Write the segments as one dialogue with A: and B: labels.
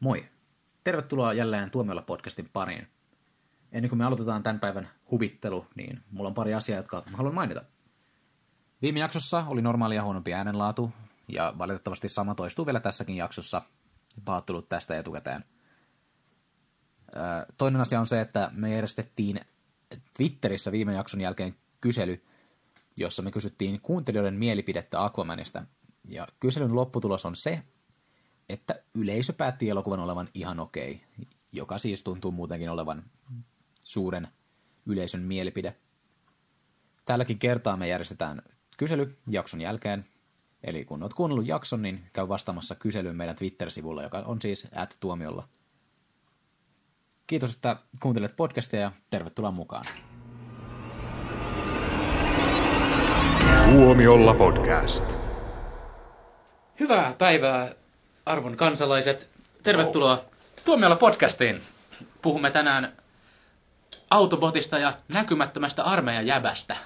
A: Moi. Tervetuloa jälleen Tuomiolla podcastin pariin. Ennen kuin me aloitetaan tämän päivän huvittelu, niin mulla on pari asiaa, jotka mä haluan mainita. Viime jaksossa oli normaalia huonompi äänenlaatu, ja valitettavasti sama toistuu vielä tässäkin jaksossa. Pahoittelut tästä etukäteen. Ö, Toinen asia on se, että me järjestettiin Twitterissä viime jakson jälkeen kysely, jossa me kysyttiin kuuntelijoiden mielipidettä Aquamanista. Ja kyselyn lopputulos on se, että yleisö päätti elokuvan olevan ihan okei, joka siis tuntuu muutenkin olevan suuren yleisön mielipide. Tälläkin kertaa me järjestetään kysely jakson jälkeen. Eli kun oot kuunnellut jakson, niin käy vastaamassa kyselyyn meidän Twitter-sivulla, joka on siis at tuomiolla. Kiitos, että kuuntelet podcastia ja tervetuloa mukaan.
B: Tuomiolla podcast.
C: Hyvää päivää, arvon kansalaiset. Tervetuloa Tuomiolla podcastiin. Puhumme tänään Autobotista ja näkymättömästä armeijan jäbästä.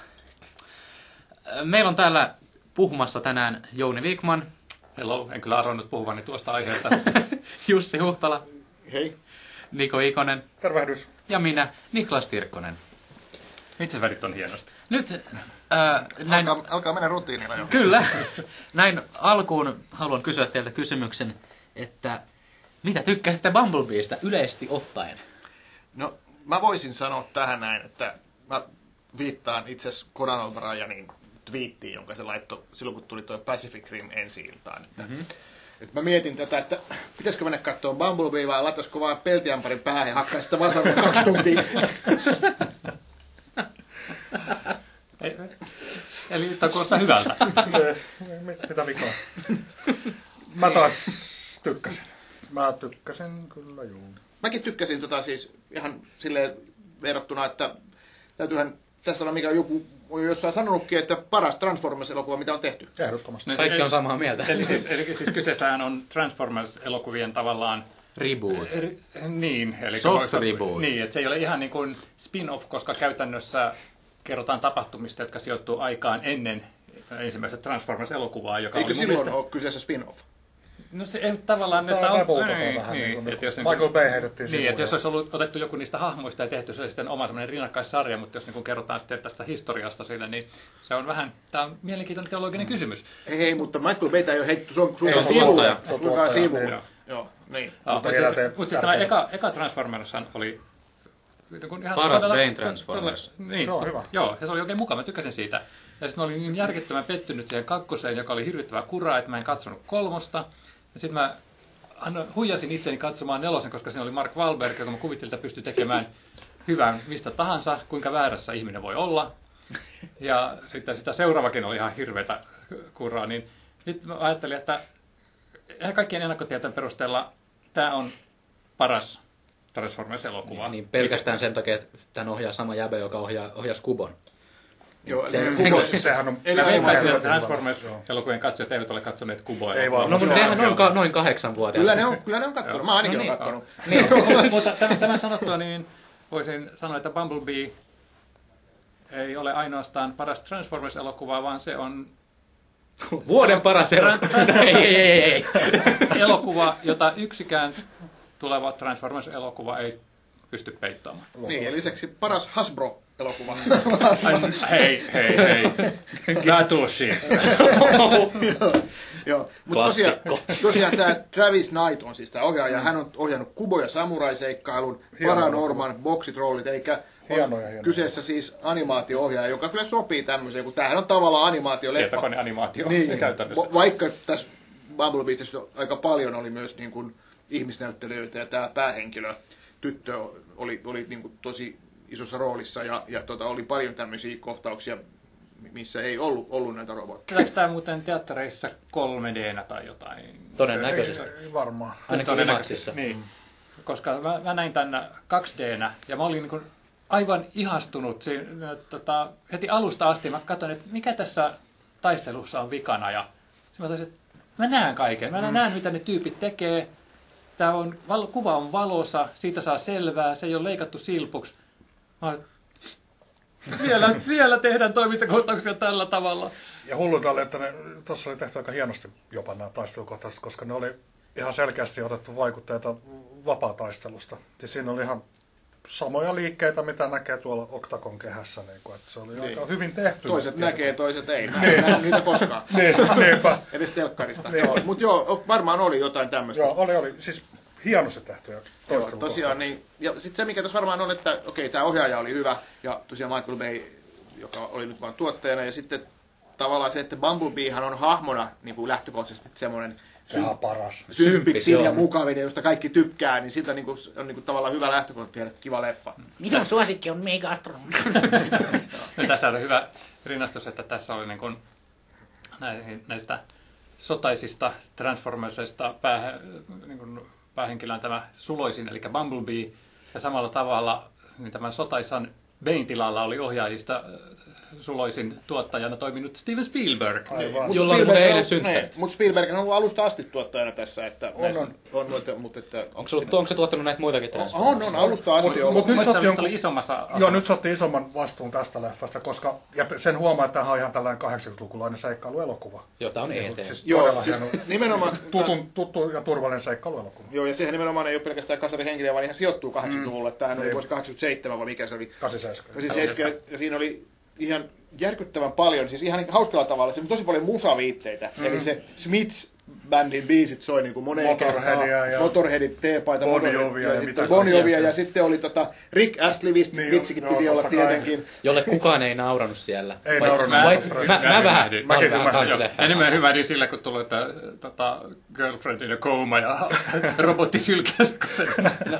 C: Meillä on täällä puhumassa tänään Jouni Wikman,
D: Hello, en kyllä arvannut puhuvani tuosta aiheesta.
C: Jussi Huhtala,
E: Hei.
C: Niko Ikonen
E: Tervehdys.
C: ja minä, Niklas Tirkkonen.
D: Itse värit on hienosti.
C: Nyt ää, näin
E: Alkaa, alkaa mennä rutiinilla jo.
C: Kyllä. Näin alkuun haluan kysyä teiltä kysymyksen, että mitä tykkäsitte Bumblebeesta yleisesti ottaen?
E: No, mä voisin sanoa tähän näin, että mä viittaan itse asiassa Conan O'Brienin twiittiin, jonka se laittoi silloin, kun tuli tuo Pacific Rim ensi iltaan. Että,
D: Mhm.
E: mm-hmm. että mä mietin tätä, että pitäisikö mennä katsomaan Bumblebee vai lataisiko vaan peltiämpärin päähän ja hakkaa sitä vasarua kaksi tuntia.
D: Eli tämä kuulostaa hyvältä.
F: Mit- Mitä vikaa? Mä taas tykkäsin. Mä tykkäsin kyllä juu.
E: Mäkin tykkäsin tota siis ihan silleen verrattuna, että täytyyhän tässä olla, mikä joku on jossain sanonutkin, että paras Transformers-elokuva, mitä on tehty.
F: Ehdottomasti.
C: Kaikki on samaa mieltä.
D: Eli siis, eli siis kyseessähän on Transformers-elokuvien tavallaan...
C: Reboot.
D: Eri, niin, eli
C: Soft
D: voisi-
C: reboot.
D: Niin, että se ei ole ihan niin kuin spin-off, koska käytännössä kerrotaan tapahtumista, jotka sijoittuu aikaan ennen ensimmäistä Transformers-elokuvaa, joka
E: Eikö
D: oli mun
E: silloin
D: mielestä-
E: ole kyseessä spin-off?
D: No se ei tavallaan...
F: Tämä
D: että
F: on vähän
D: niin,
F: vähän niin
D: niin,
F: kuin
D: että jos
F: Michael Bay heitettiin
D: Niin,
F: sivuun
D: että jos
F: ja-
D: olisi ollut, otettu joku niistä hahmoista ja tehty se olisi sitten oma tämmöinen rinnakkais-sarja, mutta jos niin kun kerrotaan sitten tästä historiasta siinä, niin se on vähän, tämä on mielenkiintoinen teologinen
F: Mm.
D: kysymys.
E: Hei, hei, mutta Michael Baytä ei ole heitetty, se on
F: Ei,
E: sulkaa
F: se on
E: sivuun.
F: tuottaja. Se on
E: Sulkaa
F: tuottaja,
E: sivuun.
D: niin.
E: Joo, niin.
D: Joo,
F: Mutta
D: Mutta siis,
F: vielä te-
D: mut siis tämä
F: tärkein-
D: eka, eka Transformers oli niin kuin ihan
C: Paras
D: todella-
C: Bane Transformers.
D: todella- Niin,
F: Se on hyvä.
D: Joo, ja se oli oikein mukava, mä tykkäsin siitä. Ja sitten mä olin niin järkyttömän pettynyt siihen kakkoseen, joka oli hirvittävää kuraa, että mä en katsonut kolmosta. Ja sitten mä annoin- huijasin itseni katsomaan nelosen, koska siinä oli Mark Wahlberg, joka mä kuvittelin, että pystyi tekemään hyvän mistä tahansa, kuinka väärässä ihminen voi olla. Ja sitten sitä seuraavakin oli ihan hirveätä kuraa, niin nyt mä ajattelin, että ihan kaikkien ennakkotietojen perusteella tämä on paras Transformers-elokuva.
C: Niin pelkästään sen takia, että tämän ohjaa sama jäbä, joka ohjaa, ohjasi Kubon.
E: Joo,
C: Se-
E: eli
C: se-
E: kuva-
F: Siis sehän on...
E: Eli
D: Mä
E: aivan
D: veikkaan,
E: selvä.
D: että
F: selvä.
D: Transformers-elokuvien katsojat eivät ole katsoneet kuboja.
F: Ei vaan.
C: No, mutta
E: Joo,
C: nehän
D: joo.
C: on ka- noin kahdeksan vuotta.
E: Kyllä ne on, kyllä ne on kattonut. Mä ainakin
C: No niin.
E: olen kattonut.
C: Niin.
D: Mutta tämän, tämän sanottua, niin voisin sanoa, että Bumblebee ei ole ainoastaan paras Transformers-elokuva, vaan se on
C: Vuoden paras ero. ei, ei, ei, ei, ei.
D: elokuva, jota yksikään tuleva Transformers-elokuva ei pysty peittämään.
E: Niin, ja lisäksi paras Hasbro-elokuva.
D: Hei, hei, hei. Gatushi.
E: Joo, mutta tosiaan, tosiaan tämä Travis Knight on siis tämä ohjaaja. Hän on ohjannut Kubo- ja Samurai-seikkailun, Paranorman, Boxit Rollit, eli
F: Hienoja, hienoja.
E: kyseessä siis animaatio-ohjaaja, joka kyllä sopii tämmöiseen, kun tämähän on tavallaan animaatioleffa.
D: Tietokoneanimaatio
E: Niin,
D: käytännössä.
E: va- vaikka tässä Bumblebeestissä aika paljon oli myös niin kuin ihmisnäyttelijöitä ja tämä päähenkilö, tyttö, oli, oli niin kuin tosi isossa roolissa ja, ja tota, oli paljon tämmöisiä kohtauksia, mi- missä ei ollut, ollut näitä robotteja.
D: Nähdäänkö tämä muuten teattereissa 3 d tai jotain?
C: Todennäköisesti.
F: Ei, Varmaan.
C: Ainakin Limaksissa.
D: Niin. Koska mä, mä näin tämän 2D-nä ja mä olin niin kuin aivan ihastunut siinä, tota, heti alusta asti. Mä katsoin, että mikä tässä taistelussa on vikana ja sitten mä totesin, että mä näen kaiken. Mä mm. näen, mitä ne tyypit tekee. Tää on, val, kuva on valossa, siitä saa selvää, se ei ole leikattu silpuksi. Mä olin, vielä, vielä tehdään toimintakohtauksia tällä tavalla.
F: Ja hulluinta oli, että ne, tossa oli tehty aika hienosti jopa nämä taistelukohtaiset, koska ne oli ihan selkeästi otettu vaikutteita vapaataistelusta. Siis siinä oli ihan samoja liikkeitä, mitä näkee tuolla Octagon kehässä. Niin kuin, että se oli niin. aika hyvin tehty.
E: Toiset näkee, toiset ei. Mä en nähnyt niitä koskaan.
F: Niin, niinpä.
E: Edes telkkarista.
F: Niin.
E: Joo, Mutta joo, varmaan oli jotain tämmöistä.
F: Joo, oli, oli. Siis hienosti tehty. ja
E: Joo,
F: toistelun
E: tosiaan
F: kohdalla.
E: niin. Ja sitten se, mikä tässä varmaan on, että okei, tämä ohjaaja oli hyvä, ja tosiaan Michael Bay, joka oli nyt vaan tuotteena, ja sitten tavallaan se, että Bumblebeehan on hahmona niin kuin lähtökohtaisesti semmoinen
F: Sehän on paras.
C: Symppi,
E: sympiksin
C: joo.
E: ja mukavinen, josta kaikki tykkää, niin siltä niin kuin, on niin kuin, tavallaan hyvä lähtökohta tehdä kiva leffa.
B: Minun suosikki on Megatron.
D: No, tässä on hyvä rinnastus, että tässä oli niin kuin näihin, näistä sotaisista Transformersista pää, niin kuin päähenkilön tämä suloisin, eli Bumblebee, ja samalla tavalla niin tämän sotaisan Bain tilalla oli ohjaajista äh, suloisin tuottajana toiminut Steven Spielberg.
F: Aivan.
E: Mut
C: Jolla oli
E: Spielberg
C: muuten
E: on-
C: eilen synttärit.
E: niin, Mut Spielberg on ollut alusta asti tuottajana tässä, että on, näissä, on. on mutta, mutta, että,
C: Onko, se, ollut- onko se tuottanut näitä muitakin tähän?
E: on, on, alusta asti on.
F: Mut nyt sä oot
D: Mutta nyt
F: jonkun-
D: oli isommassa asemassa.
F: Joo, nyt se otti isomman vastuun tästä leffasta, koska ja sen huomaa, että tämä on ihan tällainen 80-lukulainen seikkailuelokuva.
C: Jota on
F: Mut
C: ET.
F: Siis
E: Joo,
F: todella
E: siis
F: hieno,
E: nimenomaan...
F: tutun, tuttu ja turvallinen seikkailuelokuva.
E: Joo, ja sehän nimenomaan ei ole pelkästään kasarihenkilö, vaan ihan sijoittuu 80-luvulle. Mm. Tämähän
F: Niin.
E: oli vuosi 87, vai mikä se oli.
F: 87.
E: Siis Eskä, ja siinä oli ihan järkyttävän paljon, siis ihan hauskalla tavalla, se on tosi paljon musaviitteitä. Mm. Eli se Smiths bändin biisit soi niin kuin moneen
F: Motorheadia
E: kertaan.
F: ja-
E: Motorheadit, T-paita,
F: Bon
E: Motorhead-
F: Jovia ja
E: ja,
F: mitä
E: sitten Bon Jovia,
F: kaikkea
E: ja sitten oli tota Rick Astleyvist,
F: Niin,
E: niin, vitsikin
F: joo,
E: piti olla
F: totta kai.
E: tietenkin.
C: Jolle kukaan ei nauranut siellä.
F: Ei
C: Vai-
F: nauranut.
C: Mä,
F: Mä-
C: mä, mä, mä vähän.
D: Mäkin
C: Mä olin vähän
F: ymmärrän.
C: kans
D: Joo,
C: lehhä.
D: enemmän hyvä niin sillä, kun tuli että tota, girlfriend in a coma ja robotti sylkäsi. kun se-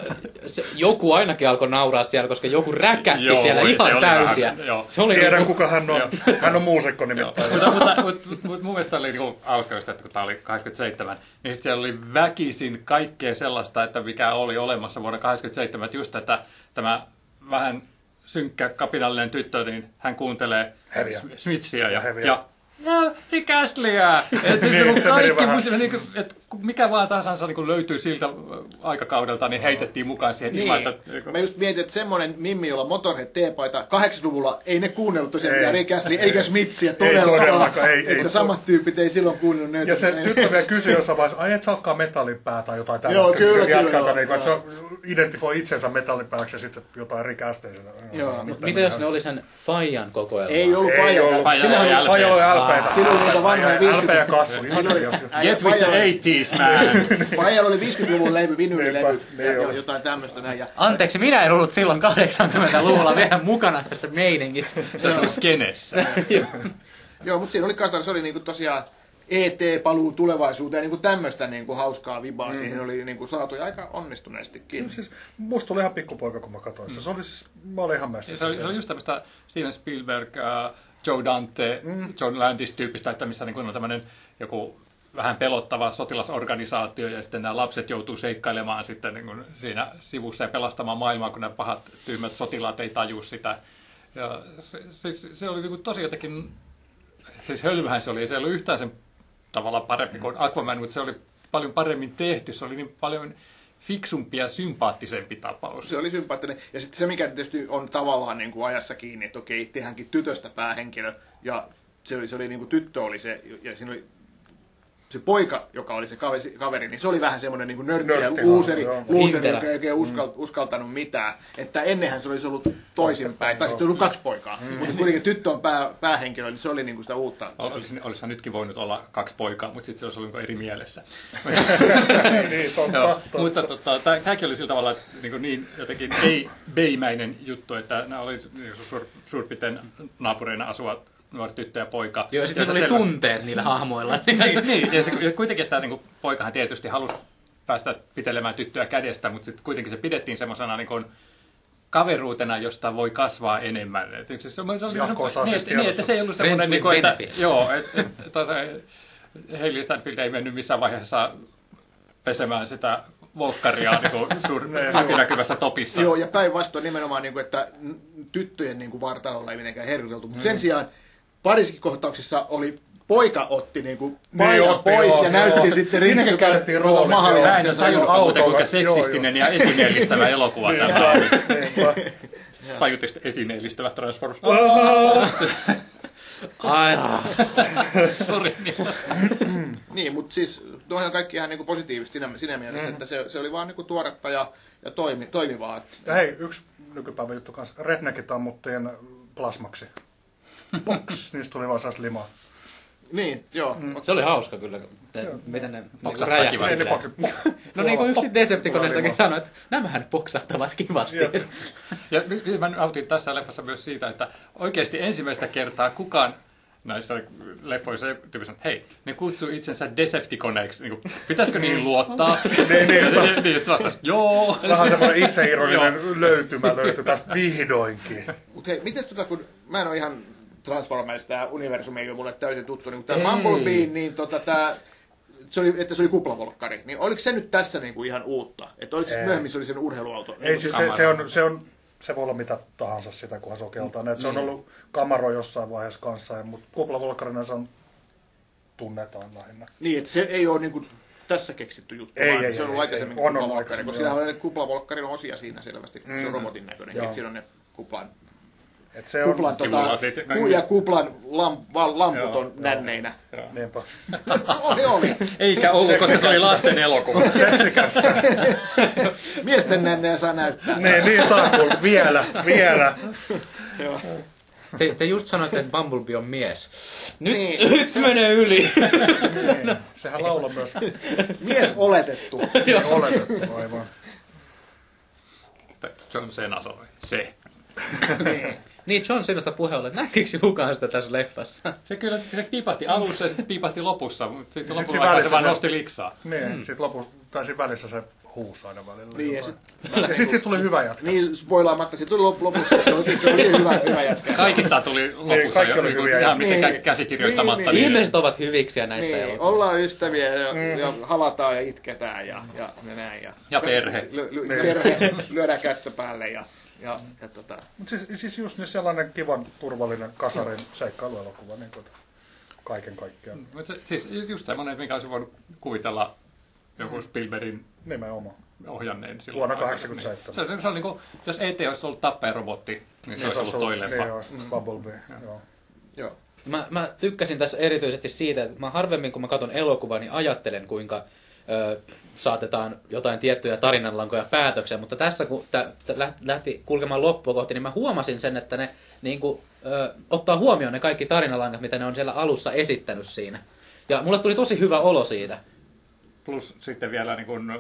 C: Se, joku ainakin alkoi nauraa siellä, koska joku räkätti
D: Joo,
C: siellä
D: se
C: ihan
D: oli
C: täysiä.
D: vähän- joo.
C: Se oli
F: Tiedän
C: niinku-
F: kuka hän on. Hän on muusikko
D: Joo.
F: nimittäin.
D: mutta, mutta, mutta, mutta mun mielestä oli niinku hauskausta, että kun tämä oli 87, niin sitten siellä oli väkisin kaikkea sellaista, että mikä oli olemassa vuonna 87, että just tätä, tämä vähän synkkä kapinallinen tyttö, niin hän kuuntelee
F: Heviä.
D: Sm- Smithsia ja,
F: Heviä.
D: ja ja Rick Astleyä. Et
F: Niin,
D: siis niin,
F: se meni
D: kaikki,
F: vähän-
D: mun se meni niinku, et ku- mikä vaan tahansa niin löytyy siltä äh, aikakaudelta, niin heitettiin mukaan siihen
E: Niin.
D: ilman, että niinku-
E: Mä just mietin, että semmoinen mimmi, jolla Motorhead T-paita, 80-luvulla ei ne kuunnellut tosiaan
F: Ei.
E: mitään Rick Astley, eikä Smithsia
F: todellakaan,
E: todellakaan.
F: ei,
E: että
F: ei.
E: samat tyypit ei silloin kuunnellut näitä.
F: Ja se
E: Ei.
F: tyttö vielä kysyi jossain vaiheessa, ai et sä olekaan metallipää tai jotain tällaista.
E: Joo, kyllä,
F: Se
E: kyllä,
F: jatkaa
E: joo,
F: niin kuin, että se on- identifioi itsensä metallipääksi ja sitten jotain rikästeisenä.
E: Joo,
F: Nyt
E: mutta
F: en
C: Mitä jos ne
F: ihan-
C: oli sen Fajan kokoelma?
E: Ei ollut
F: Ei
E: Faija.
F: ollut.
D: Faija
E: Sinä
D: oli
E: oli-
D: LP.
F: Faija oli LP.
E: Silloin niitä vanhoja
F: LP ja
E: 50
F: kasvu. ihan
E: Silloin-
F: jos-
E: äijä-
D: Get with
E: Faija oli-
D: the 80s, man!
E: Faijalla oli 50-luvun levy, vinylilevy
F: Niinpä,
E: ja,
F: niin
E: ja
F: oli.
E: jotain tämmöistä näin. Ja,
B: Anteeksi, minä en ollut silloin 80-luvulla vielä mukana tässä meiningissä.
D: Se on skenessä.
E: joo, mutta siinä oli kasar, se oli niinku tosiaan ET-paluu tulevaisuuteen, niinku tämmöistä niinku hauskaa vibaa
F: Mm.
E: mm-hmm. siihen oli niinku saatu ja aika onnistuneestikin.
F: Siis musta tuli ihan pikkupoika, kun mä katsoin sitä. Se oli siis, mä olin ihan
D: Se
F: messissä.
D: on, se on just tämmöistä Steven Spielberg, äh, Joe Dante, mm. John Landis-tyyppistä, että missä niin on tämmöinen joku vähän pelottava sotilasorganisaatio ja sitten nämä lapset joutuu seikkailemaan sitten niin kuin siinä sivussa ja pelastamaan maailmaa, kun nämä pahat tyhmät sotilaat ei taju sitä. Ja se, se, se oli niin kuin tosi jotenkin, siis hölmähän se oli, ei se ei ollut yhtään sen tavallaan parempi kuin Aquaman, mutta se oli paljon paremmin tehty, se oli niin paljon fiksumpi ja sympaattisempi tapaus.
E: se oli sympaattinen. Ja sitten se, mikä tietysti on tavallaan niin kuin ajassa kiinni, että okei, tehdäänkin tytöstä päähenkilö, ja se oli, se oli niin kuin tyttö oli se, ja siinä oli se poika, joka oli se kaveri, kaveri niin se oli vähän semmoinen niin nörtti ja
F: Nörtti,
E: luuseri,
F: joo. Mm.
E: luuseri
C: Hinterä.
E: joka ei oikein uskal, uskaltanut mitään. Että ennenhän se olisi ollut toisinpäin, tai sitten olisi ollut kaksi poikaa.
F: Mm.
E: Mutta kuitenkin tyttö on pää, päähenkilö, niin se oli niin kuin sitä uutta.
D: Olisin, olisihan nytkin voinut olla kaksi poikaa, mutta sitten se olisi ollut niinku eri mielessä.
F: niin,
D: Joo,
F: totta. totta.
D: mutta tota, tämäkin oli sillä tavalla että niin, kuin niin jotenkin ei beimäinen juttu, että nämä oli niin kuin suur, suurpiten naapureina asuvat nuori tyttö ja poika.
B: Joo, sitten
D: Joita
B: tuli
D: selvästi-
B: tunteet niillä hahmoilla.
D: niin, niin, ja, se, ja kuitenkin tämä niin poikahan tietysti halusi päästä pitelemään tyttöä kädestä, mutta sitten kuitenkin se pidettiin semmoisena niin kuin kaveruutena, josta voi kasvaa enemmän. Et se, se, se, se oli
F: Jatko-osa
D: niin,
F: siis
D: että, niin, että se ei ollut
B: tiedossa.
D: semmoinen, niin kuin, että,
B: Benefits.
D: joo, et, et, tota, Hailey Stanfield ei mennyt missään vaiheessa pesemään sitä volkkaria niin kuin suur, läpinäkyvässä topissa.
E: Joo, ja päinvastoin nimenomaan, niin kuin, että n- tyttöjen niin kuin, vartalolla ei mitenkään herkuteltu.
F: Mm.
E: Mutta sen sijaan parissakin kohtauksessa oli poika otti niin kuin, paikan
F: otti,
E: pois
F: joo,
E: ja näytti
F: joo.
E: sitten
F: Siinäkin
E: rintoja-
F: käytettiin
E: tuota
F: roolit, joo.
D: Mä en
E: mahalaisen
D: ole
E: sajun.
D: tajunnut muuten, kuinka
F: Autolla, joo, Niin.
D: seksistinen ja esineellistävä elokuva tämä on.
F: Niinpä.
D: Tajutin sitten esineellistävä Transformers.
C: Ai, ah.
D: Sori, niin.
E: Niin, mutta siis noihan on kaikki ihan niin positiivista siinä, siinä mielessä, mm. että se, se oli vaan niin kuin tuoretta ja, ja toimi, toimivaa. Et
F: Ja hei, yksi nykypäivän juttu kanssa. Redneckit ammuttiin plasmaksi. Boks, niistä tuli vaan sellaista limaa.
E: Niin, joo. Mm.
C: Se oli hauska kyllä, se, miten ne niinku räjähti.
F: Ei ne
C: silleen.
F: boksit.
C: No niin kuin yksi Decepticonistakin
F: Limaa.
C: sanoi, että nämähän boksahtavat kivasti.
F: Joo.
D: Ja nyt nyt mä nautin tässä leffassa myös siitä, että oikeasti ensimmäistä kertaa kukaan näissä leffoissa tyyppi sanoo, että hei, ne kutsuu itsensä Decepticoneiksi. Niin kuin, pitäisikö niihin luottaa?
F: Niin, niin.
D: Ja- ja- ja- niin, sitten vastaan, joo.
F: Vähän semmoinen itseironinen löytymä löytyi tästä vihdoinkin.
E: Mutta hei, mites tota, kun mä en ole ihan Transformers, tämä universumi ei ole mulle täysin tuttu, niin tämä Mumblebee, niin tota, tää, se oli, että se oli kuplavolkkari, niin oliko se nyt tässä niinku ihan uutta? Että oliko se
F: Ei.
E: myöhemmin se oli sen urheiluauto?
F: Ei, siis se, se, on, se, on, se voi olla mitä tahansa sitä, kunhan sokeltaa. Mm. Se on ollut kamaro jossain vaiheessa kanssa, mutta kuplavolkkarina se on tunnetaan lähinnä.
E: Niin, että se ei ole niinku tässä keksitty juttu,
F: Ei,
E: vaan
F: ei,
E: se on
F: ei,
E: ollut
F: ei,
E: aikaisemmin
F: on ollut
E: kuplavolkkari,
F: aikaisemmin,
E: koska
F: joo.
E: siinä on ne kuplavolkkarin osia siinä selvästi, kun se on
F: Mm.
E: robotin näköinen,
F: Joo.
E: että siinä on ne kuplan,
F: Et se on,
E: kuplan,
D: Sivulla
E: tota,
D: sitten
E: kuu-
D: kaikki-
E: ja kuplan lam, val, lamput
D: Joo,
E: on nänneinä.
F: niinpä.
E: oli, oli.
C: Eikä ollut, koska se oli lasten elokuva.
F: Seksikästä.
E: Miesten nännejä saa näyttää.
F: niin, niin saa kuulla. Vielä, vielä.
E: Joo.
C: Te, te just sanoitte, että Bumblebee on mies. Nyt,
E: Niin.
C: nyt menee yli.
E: No.
F: Niin. Sehän laulaa myös
E: Mies oletettu.
F: niin oletettu aivan.
D: John Cena sanoi, se.
C: niin John Sinasta puheella, näkikö kukaan sitä tässä leffassa?
D: Se kyllä se piipahti alussa ja sitten se piipahti lopussa, mutta sitten
F: siinä
D: lopun aikaa
F: välissä
D: se vaan
F: se-
D: nosti liksaa.
F: Niin, mm. sitten lopussa, tai siinä välissä se huusi aina välillä.
E: Niin, ja
F: jotain.
E: sit,
F: ja sitten sit tuli hyvä jatka.
E: niin spoilaamatta, se tuli lop- lopussa, että se oli, se oli hyvä, hyvä jätkä.
D: Kaikista tuli lopussa
F: kaikki
D: jo
F: oli
D: niin kuin,
F: hyviä
D: ihan
E: ja-
D: miten kä-
E: Niin.
D: käsikirjoittamatta.
E: Niin, niin.
D: niin-
C: Ihmiset ovat hyviksiä näissä
E: Niin,
C: elokuvissa.
E: ollaan ystäviä ja, ja halataan ja itketään ja, ja, ja näin. Ja,
F: niin.
D: Ja perhe.
E: Ly, ly, perhe, lyödään kättä päälle ja, ja, ja tota,
F: Mut siis, siis just niin sellainen kivan, turvallinen kasarin seikkailuelokuva, niin kuin kaiken
E: Mm.
F: kaikkiaan.
D: Mutta siis just semmoinen, mikä olisi voinut kuvitella joku Spielbergin
F: Nimenomaan.
D: ohjanneen silloin.
F: Vuonna
D: aikana.
F: 87.
D: Niin. Se, se, se on niin kuin, jos ET olisi ollut tappajarobotti, niin se olisi ollut toi leffa.
F: Niin, joo, sit Bumblebee,
E: Mm.
F: joo.
E: joo.
C: Mä, mä tykkäsin tässä erityisesti siitä, että mä harvemmin kun mä katson elokuvaa, niin ajattelen kuinka ö, saatetaan jotain tiettyjä tarinanlankoja päätökseen, mutta tässä kun tä, tä, lä- lähti kulkemaan loppua kohti, niin mä huomasin sen, että ne niin kuin, ö, ottaa huomioon ne kaikki tarinalangat, mitä ne on siellä alussa esittänyt siinä. Ja mulle tuli tosi hyvä olo siitä.
D: Plus sitten vielä niin kuin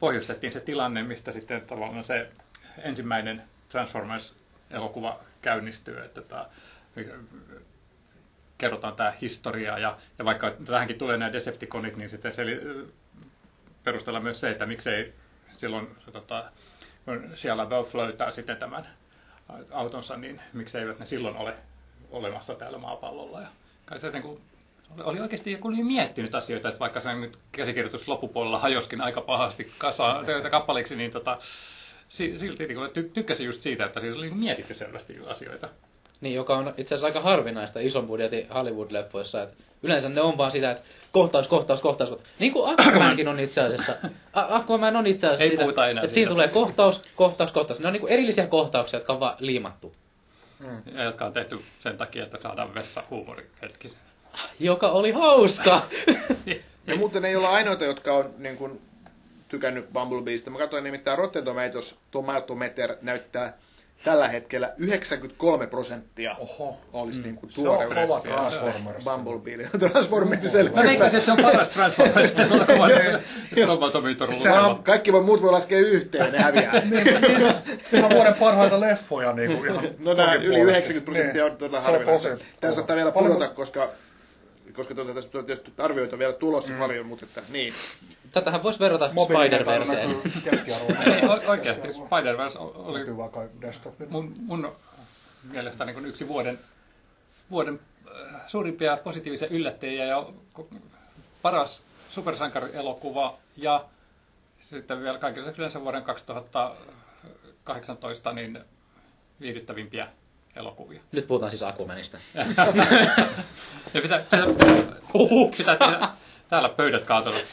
D: pohjustettiin se tilanne, mistä sitten tavallaan se ensimmäinen Transformers-elokuva käynnistyy, että tämä, kerrotaan tämä historia ja, ja vaikka tähänkin tulee nämä Decepticonit, niin sitten se perustella myös se, että miksei silloin se, tota, kun siellä Belf löytää sitten tämän autonsa, niin mikseivät ne silloin ole olemassa täällä maapallolla. Ja kai se niin kuin, oli oikeasti joku oli miettinyt asioita, että vaikka sen nyt käsikirjoitus loppupuolella hajoskin aika pahasti kasa, töitä kappaleiksi, niin tota, si- silti niin kuin, ty- tykkäsin just siitä, että siinä oli mietitty selvästi asioita.
C: Niin, joka on itse asiassa aika harvinaista ison budjetin Hollywood-leffoissa. että yleensä ne on vaan sitä, että kohtaus, kohtaus, kohtaus. kohtaus. Niin kuin Aquamankin on itse asiassa. A- Aquaman on itse asiassa
D: Ei
C: sitä,
D: puhuta enää
C: että
D: siitä.
C: siinä tulee kohtaus, kohtaus, kohtaus. Ne on niin kuin erillisiä kohtauksia, jotka on vaan liimattu.
D: Ja jotka on tehty sen takia, että saadaan vessa huumori hetki.
C: Joka oli hauska!
F: Niin.
E: Ja muuten ei olla ainoita, jotka on niin kuin, tykännyt Bumblebeesta. Mä katsoin nimittäin Rotten Tomatoes, Tomatometer näyttää tällä hetkellä 93 prosenttia
F: Oho.
E: olisi niin kuin
F: Se on
E: tuore
F: kova
E: aste
F: Transformers.
E: Bumblebeelle. Transformerselle.
D: Mä
C: No,
D: veikkasin, että se on paras Transformers, kun on kova
F: Sehän on-
D: tomatomiitorulla.
E: Kaikki vaan muut voi laskea yhteen, ne häviää.
F: Niin, niin siis ihan vuoden parhaita leffoja niin kuin ihan
E: No nämä
F: kaikin
E: yli
F: puolin.
E: 90 prosenttia
F: Niin.
E: on todella
F: Se
E: harvinaista.
F: prosentti.
E: Tässä saattaa vielä
F: Paljon-
E: pudota, koska koska tuota, tässä on tietysti arvioita vielä tulossa mm. paljon, mutta että, niin.
C: Tätähän voisi verrata
F: Mobiilin
C: Spider-Verseen.
F: verran näkyy Niin, keskiarvoa.
D: Niin,
E: Niin.
D: Oikeasti, Spider-Verse oli
F: Näkyy vaan kai desktop. Nyt
D: mun, mun mielestä niin kuin yksi vuoden, vuoden äh, suurimpia positiivisia yllättäjiä ja ko- paras supersankarielokuva ja sitten vielä kaiken lisäksi yleensä vuoden 2018 niin viihdyttävimpiä elokuvia.
C: Nyt puhutaan siis Aquamanista.
D: Ja pitää, pitää, pitää tehdä, täällä pöydät kaatunut.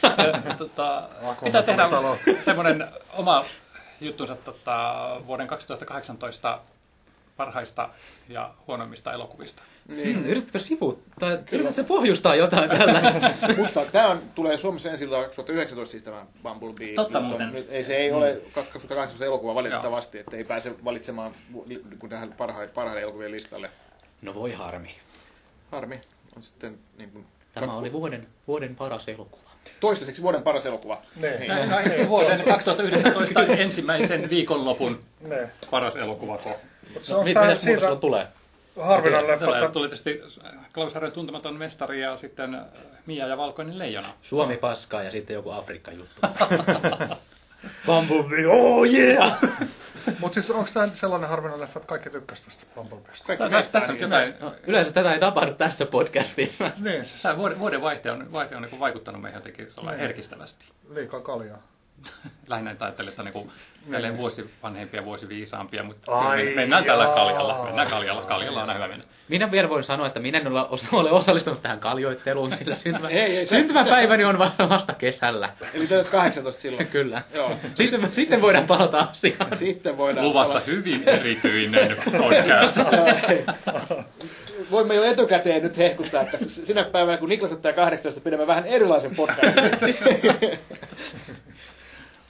D: Ja, tota,
F: Akulla
D: pitää tehdä
F: tuli talo.
D: semmoinen oma juttunsa tota, vuoden 2018 parhaista ja huonoimmista elokuvista.
E: Mm.
C: Niin. Hmm, yritätkö sivu, tai yritätkö pohjustaa jotain tällä?
E: Mutta tämä on, tulee Suomessa ensi iltaan 2019 siis tämä Bumblebee.
G: Totta
E: nyt on,
G: muuten.
E: nyt, ei, se ei ole 2018 elokuva valitettavasti, että ei pääse valitsemaan vu- kun tähän parha- parhaiden elokuvien listalle.
C: No voi harmi.
E: Harmi. On sitten niin kuin,
C: Tämä oli vuoden, vuoden paras elokuva.
E: toistaiseksi vuoden paras elokuva.
F: Ne.
E: Niin.
D: Näin näin vuoden 2019 ensimmäisen viikonlopun
F: Ne.
D: paras elokuvako.
F: Mutta niin. se
C: No,
F: on
C: mi-
F: tää
C: Mitäs muuta
F: siitä
C: sulla tulee?
F: harvinainen leffa,
D: Tällä
F: että
D: tuli tietysti Klaus Harren tuntematon mestari ja sitten äh, Mia ja Valkoinen leijona.
C: Suomi paskaa ja sitten joku Afrikka-juttu. Bumblebee, oh yeah!
F: Mutta siis onko tämä sellainen harvinainen leffa, että kaikki tykkäs tästä Bumblebeesta?
E: Kaikki
D: Tässä,
E: näistä
D: tässä on
E: ainakin.
D: jotain.
C: No, yleensä tätä ei tapahdu tässä podcastissa.
F: Niin, siis
D: Sä vuoden, vuoden vaihte on, vaihte on niin vaikuttanut meihin jotenkin sellainen herkistävästi.
F: liikaa kaljaa.
D: Lähinnä nyt ajattelin, että on niin kuin vuosi vanhempia, vuosi viisaampia, mutta
F: Ai
D: kyllä me- mennään tällä
F: jaa.
D: kaljalla. Mennään kaljalla, kaljalla on aina hyvä mennä.
C: Minä vielä voin sanoa, että minä en ole osa- ole osallistunut tähän kaljoitteluun, sillä syntymä,
E: Ei, ei, se-
C: syntymäpäiväni on va- vasta kesällä.
E: niin. Eli täytät 18 silloin.
C: Kyllä.
E: Joo.
C: Sitten, sitten voidaan palata asiaan.
E: Sitten voidaan...
D: Luvassa hyvin erityinen podcast.
E: Voimme jo etukäteen nyt hehkuttaa, että sinä päivänä kun Niklas ottaa 18, pidämme vähän erilaisen podcastin.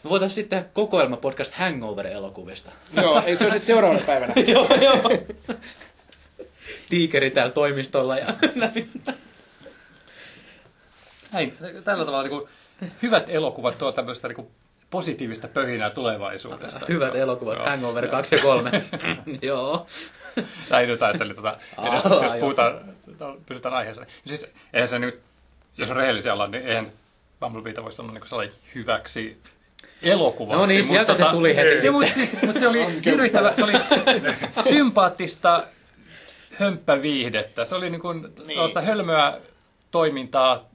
C: Me voitaisiin sitten tehdä kokoelma podcast Hangover-elokuvista.
E: Joo, Niin, ei se ole sitten seuraavana päivänä.
C: joo, joo. Tiikeri täällä toimistolla ja näin.
D: Näin, tällä tavalla niin kuin, hyvät elokuvat tuo tämmöistä niin kuin, positiivista pöhinää tulevaisuudesta.
C: Hyvät e- elokuvat,
D: Joo.
C: Hangover 2 ja 3. joo.
D: Tai nyt ajattelin, tota,
C: Aa,
D: edes, jos
C: joo.
D: puhutaan, tota, pysytään aiheessa. Niin siis, eihän se nyt, jos on rehellisiä ollaan, niin eihän Bumblebeeta voisi olla niin sellainen hyväksi elokuvaksi.
C: No niin,
D: mutta tota-
C: sieltä se tuli heti
D: Se,
C: sitten.
D: mutta, siis, mutta se oli hirvittävä, se oli sympaattista hömppäviihdettä. Se oli niin kuin, niin. hölmöä toimintaa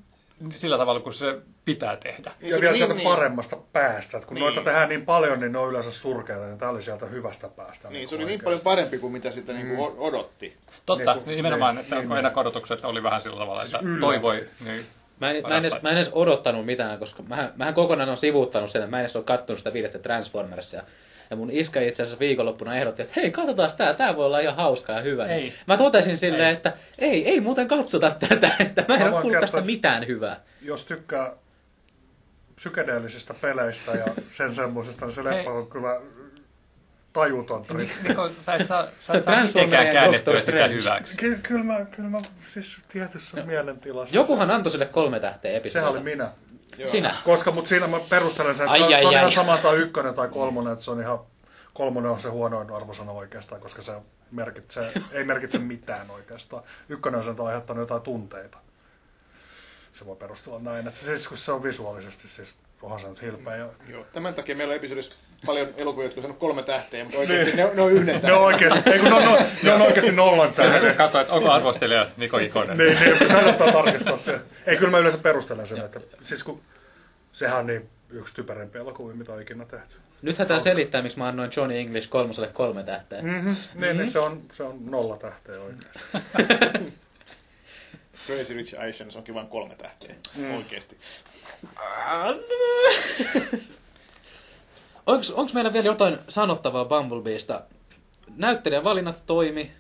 D: sillä tavalla, kun se pitää tehdä.
F: Ja
E: se-
F: vielä
E: niin,
F: sieltä
E: niin.
F: paremmasta päästä. että kun
E: Niin.
F: noita tehdään niin paljon, niin ne on yleensä surkeita, niin tämä oli sieltä hyvästä päästä.
E: Niin, se oli
F: kuin
E: niin
F: oikein.
E: paljon parempi kuin mitä sitä niinku o- odotti.
D: Totta,
F: Niin
D: niin,
F: kuin-
D: nimenomaan,
F: niin,
D: että
F: niin,
D: onko
F: niin.
D: ennakko-odotukset oli vähän sillä tavalla, että
F: Siis yllätys.
D: toivoi. Niin.
C: Mä en, mä, en
D: Paras
C: edes,
D: laji.
C: mä en edes odottanut mitään, koska mähän, mähän kokonaan on sivuuttanut sen, että mä en edes ole kattonut sitä viidettä Transformersia. Ja mun iskä itse asiassa viikonloppuna ehdotti, että hei, katsotaan tää, tää voi olla ihan hauskaa ja hyvä.
D: Ei.
C: Niin Mä totesin silleen, että ei, ei muuten katsota tätä, että mä en
F: Mä
C: ole
F: voin
C: kuullut tästä
F: kertoa-
C: mitään hyvää.
F: Jos tykkää psykedeellisistä peleistä ja sen semmoisesta, niin se leffa on kyllä tajuton.
D: Niko, sä et saa, sä et saa
C: Transformerien
D: mitenkään käännettyä
C: Doctor
D: sitä
C: Strange.
D: hyväksi.
F: Ky- kyllä, mä, kyllä mä siis tietyssä mielentilassa.
C: Jokuhan antoi sille kolme tähteä
F: Sehän oli
C: episodilla.
F: minä.
C: Sinä.
F: Koska, mutta siinä mä perustelen sen, että
C: Ai,
F: se on,
C: ai,
F: se on
C: ai.
F: ihan sama tai ykkönen tai kolmonen, että se on ihan, kolmonen on se huonoin arvosana oikeastaan, koska se merkitsee, ei merkitse mitään oikeastaan. Ykkönen on sen aiheuttanut jotain tunteita. Se voi perustella näin, että siis kun se on visuaalisesti, siis onhan se nyt hilpeä. Ja...
E: Joo, tämän takia meillä on episodissa paljon elokuvia, jotka on saanut kolme tähteä, mutta oikeasti ne, on- ne on yhden
F: Ne
E: tähden.
F: on oikeasti, ei kun ne on, ne on oikeasti nollan tähden.
D: Katso, että onko arvostelija Niko Ikonen.
F: Niin, niin, kannattaa tarkistaa se. Ei, kyllä mä yleensä perustelen sen, että siis kun, sehän on niin yksi typerempi elokuvia, mitä on ikinä tehty.
C: Nythän tää selittää, miksi mä annoin Johnny English kolmoselle kolme tähteä.
F: Mm-hmm. Niin, niin se, on, se on nolla tähteä oikeasti.
E: Crazy Rich Asians onkin vain kolme tähteä, oikeasti.
C: Onks, onks meillä vielä jotain sanottavaa Bumblebeesta? Näyttelijän valinnat toimi.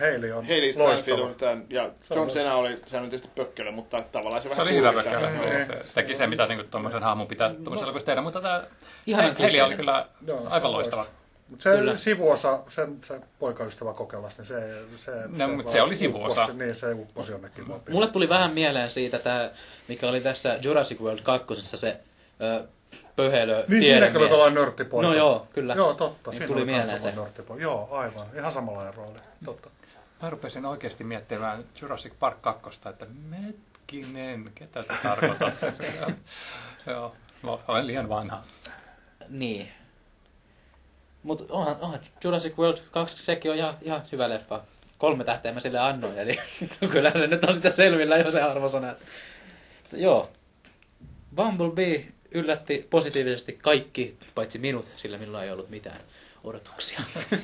F: Heili on
E: Hayley Steinfeld
F: loistava.
E: on tämän, ja John Cena oli, sehän oli tietysti pökkölä, mutta tavallaan se
D: Se
E: vähän
D: oli hyvä
E: kuuli
D: pökkälä.
E: tämän.
D: joo. Se teki se, mitä niin tuommoisen hahmon pitää tuommoisen elokuvassa tehdä, mutta tämä
C: Ihana
D: Heli oli
C: kliseinen.
D: kyllä
F: Joo, se
D: aivan
F: on
D: loistava.
F: Mutta se
C: Kyllä.
F: sivuosa, sen, se poikaystävä kokeilas, niin se, se,
D: No, mut
F: vaan
D: se oli sivuosa.
F: Upposi, niin, se upposi jonnekin vaan
C: Mulle tuli vähän mieleen siitä tää, mikä oli tässä Jurassic World 2. se ö, pöhelö
F: Niin siinä kyllä tuollainen nörttipoika.
C: No joo, kyllä.
F: Joo, totta.
C: Niin
F: siinä
C: tuli
F: oli
C: mieleen
F: kans
C: se.
F: tuollainen nörttipoika. Joo, aivan. Ihan samanlainen rooli. Totta.
D: Mä rupesin oikeasti miettimään Jurassic Park 2, että metkinen, ketä te tarkoitatte? Se on- Joo, mä olen liian vanha.
C: Niin. Mut onhan, onhan Jurassic World 2, sekin on ihan, ihan hyvä leffa. Kolme tähteä mä sille annoin, eli kyllä se nyt on sitä selvillä jo se arvosana. Mutta Joo. Bumblebee yllätti positiivisesti kaikki, paitsi minut, sillä minulla ei ollut mitään odotuksia.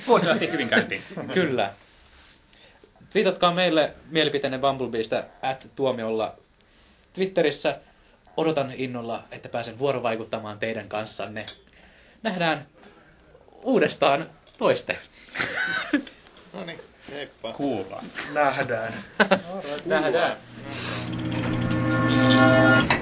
D: Vuosi lähti hyvin käyntiin.
C: Kyllä. Viitatkaa meille mielipiteenne Bumblebeestä at tuomiolla Twitterissä. Odotan innolla, että pääsen vuorovaikuttamaan teidän kanssanne. Nähdään uudestaan toiste.
E: No niin, heippa.
D: Kuullaan.
C: Nähdään.
E: Nähdään.